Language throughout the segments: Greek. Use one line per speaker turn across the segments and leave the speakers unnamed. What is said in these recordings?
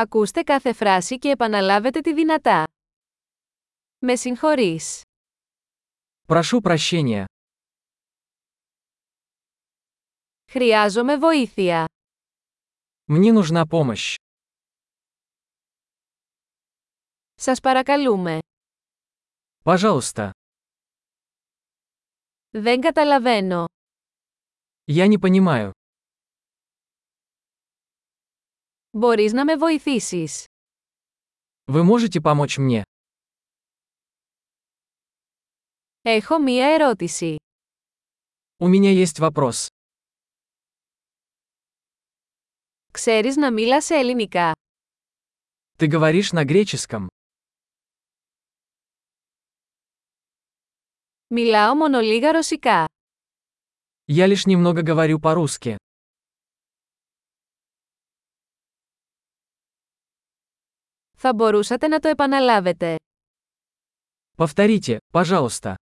Ακούστε κάθε φράση και επαναλάβετε τη δυνατά. Με συγχωρείς.
Прошу прощения.
Χρειάζομαι βοήθεια.
Мне нужна помощь.
Σας παρακαλούμε.
Пожалуйста.
Δεν καταλαβαίνω.
Я не понимаю.
Μπορείς να με βοηθήσεις.
Вы можете помочь мне?
Έχω μία ερώτηση.
У меня есть вопрос.
Ξέρεις να μίλας ελληνικά.
Ты говоришь на греческом?
Μιλάω μόνο λίγα ρωσικά.
Я лишь немного говорю по-русски.
Θα μπορούσατε να το επαναλάβετε.
Повторите, пожалуйста.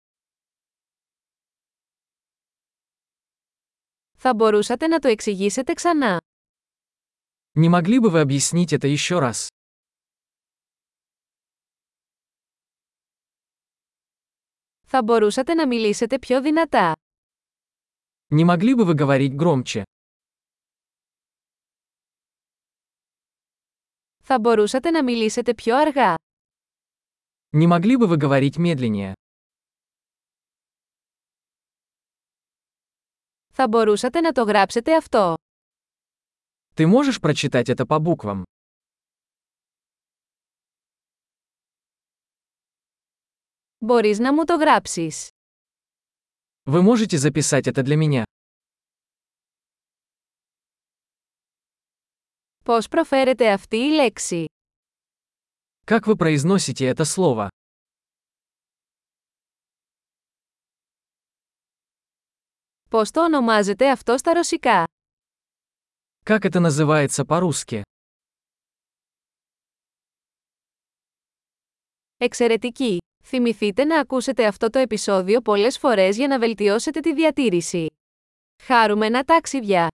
Θα μπορούσατε να το εξηγήσετε ξανά.
Не могли бы вы объяснить это еще раз?
Θα μπορούσατε να μιλήσετε πιο δυνατά.
Не могли бы вы говорить громче?
Θα μπορούσατε να μιλήσετε πιο αργά.
Не могли бы вы говорить медленнее?
Θα μπορούσατε να το γράψετε αυτό.
Ты можешь прочитать это по буквам?
Μπορείς να μου το γράψεις.
Вы можете записать это для меня?
Πώς προφέρεται αυτή η λέξη.
Как вы произносите это слово?
Πώς το ονομάζετε αυτό στα ρωσικά.
Как это называется по-русски?
Εξαιρετική! Θυμηθείτε να ακούσετε αυτό το επεισόδιο πολλές φορές για να βελτιώσετε τη διατήρηση. Χάρουμενα ταξίδια!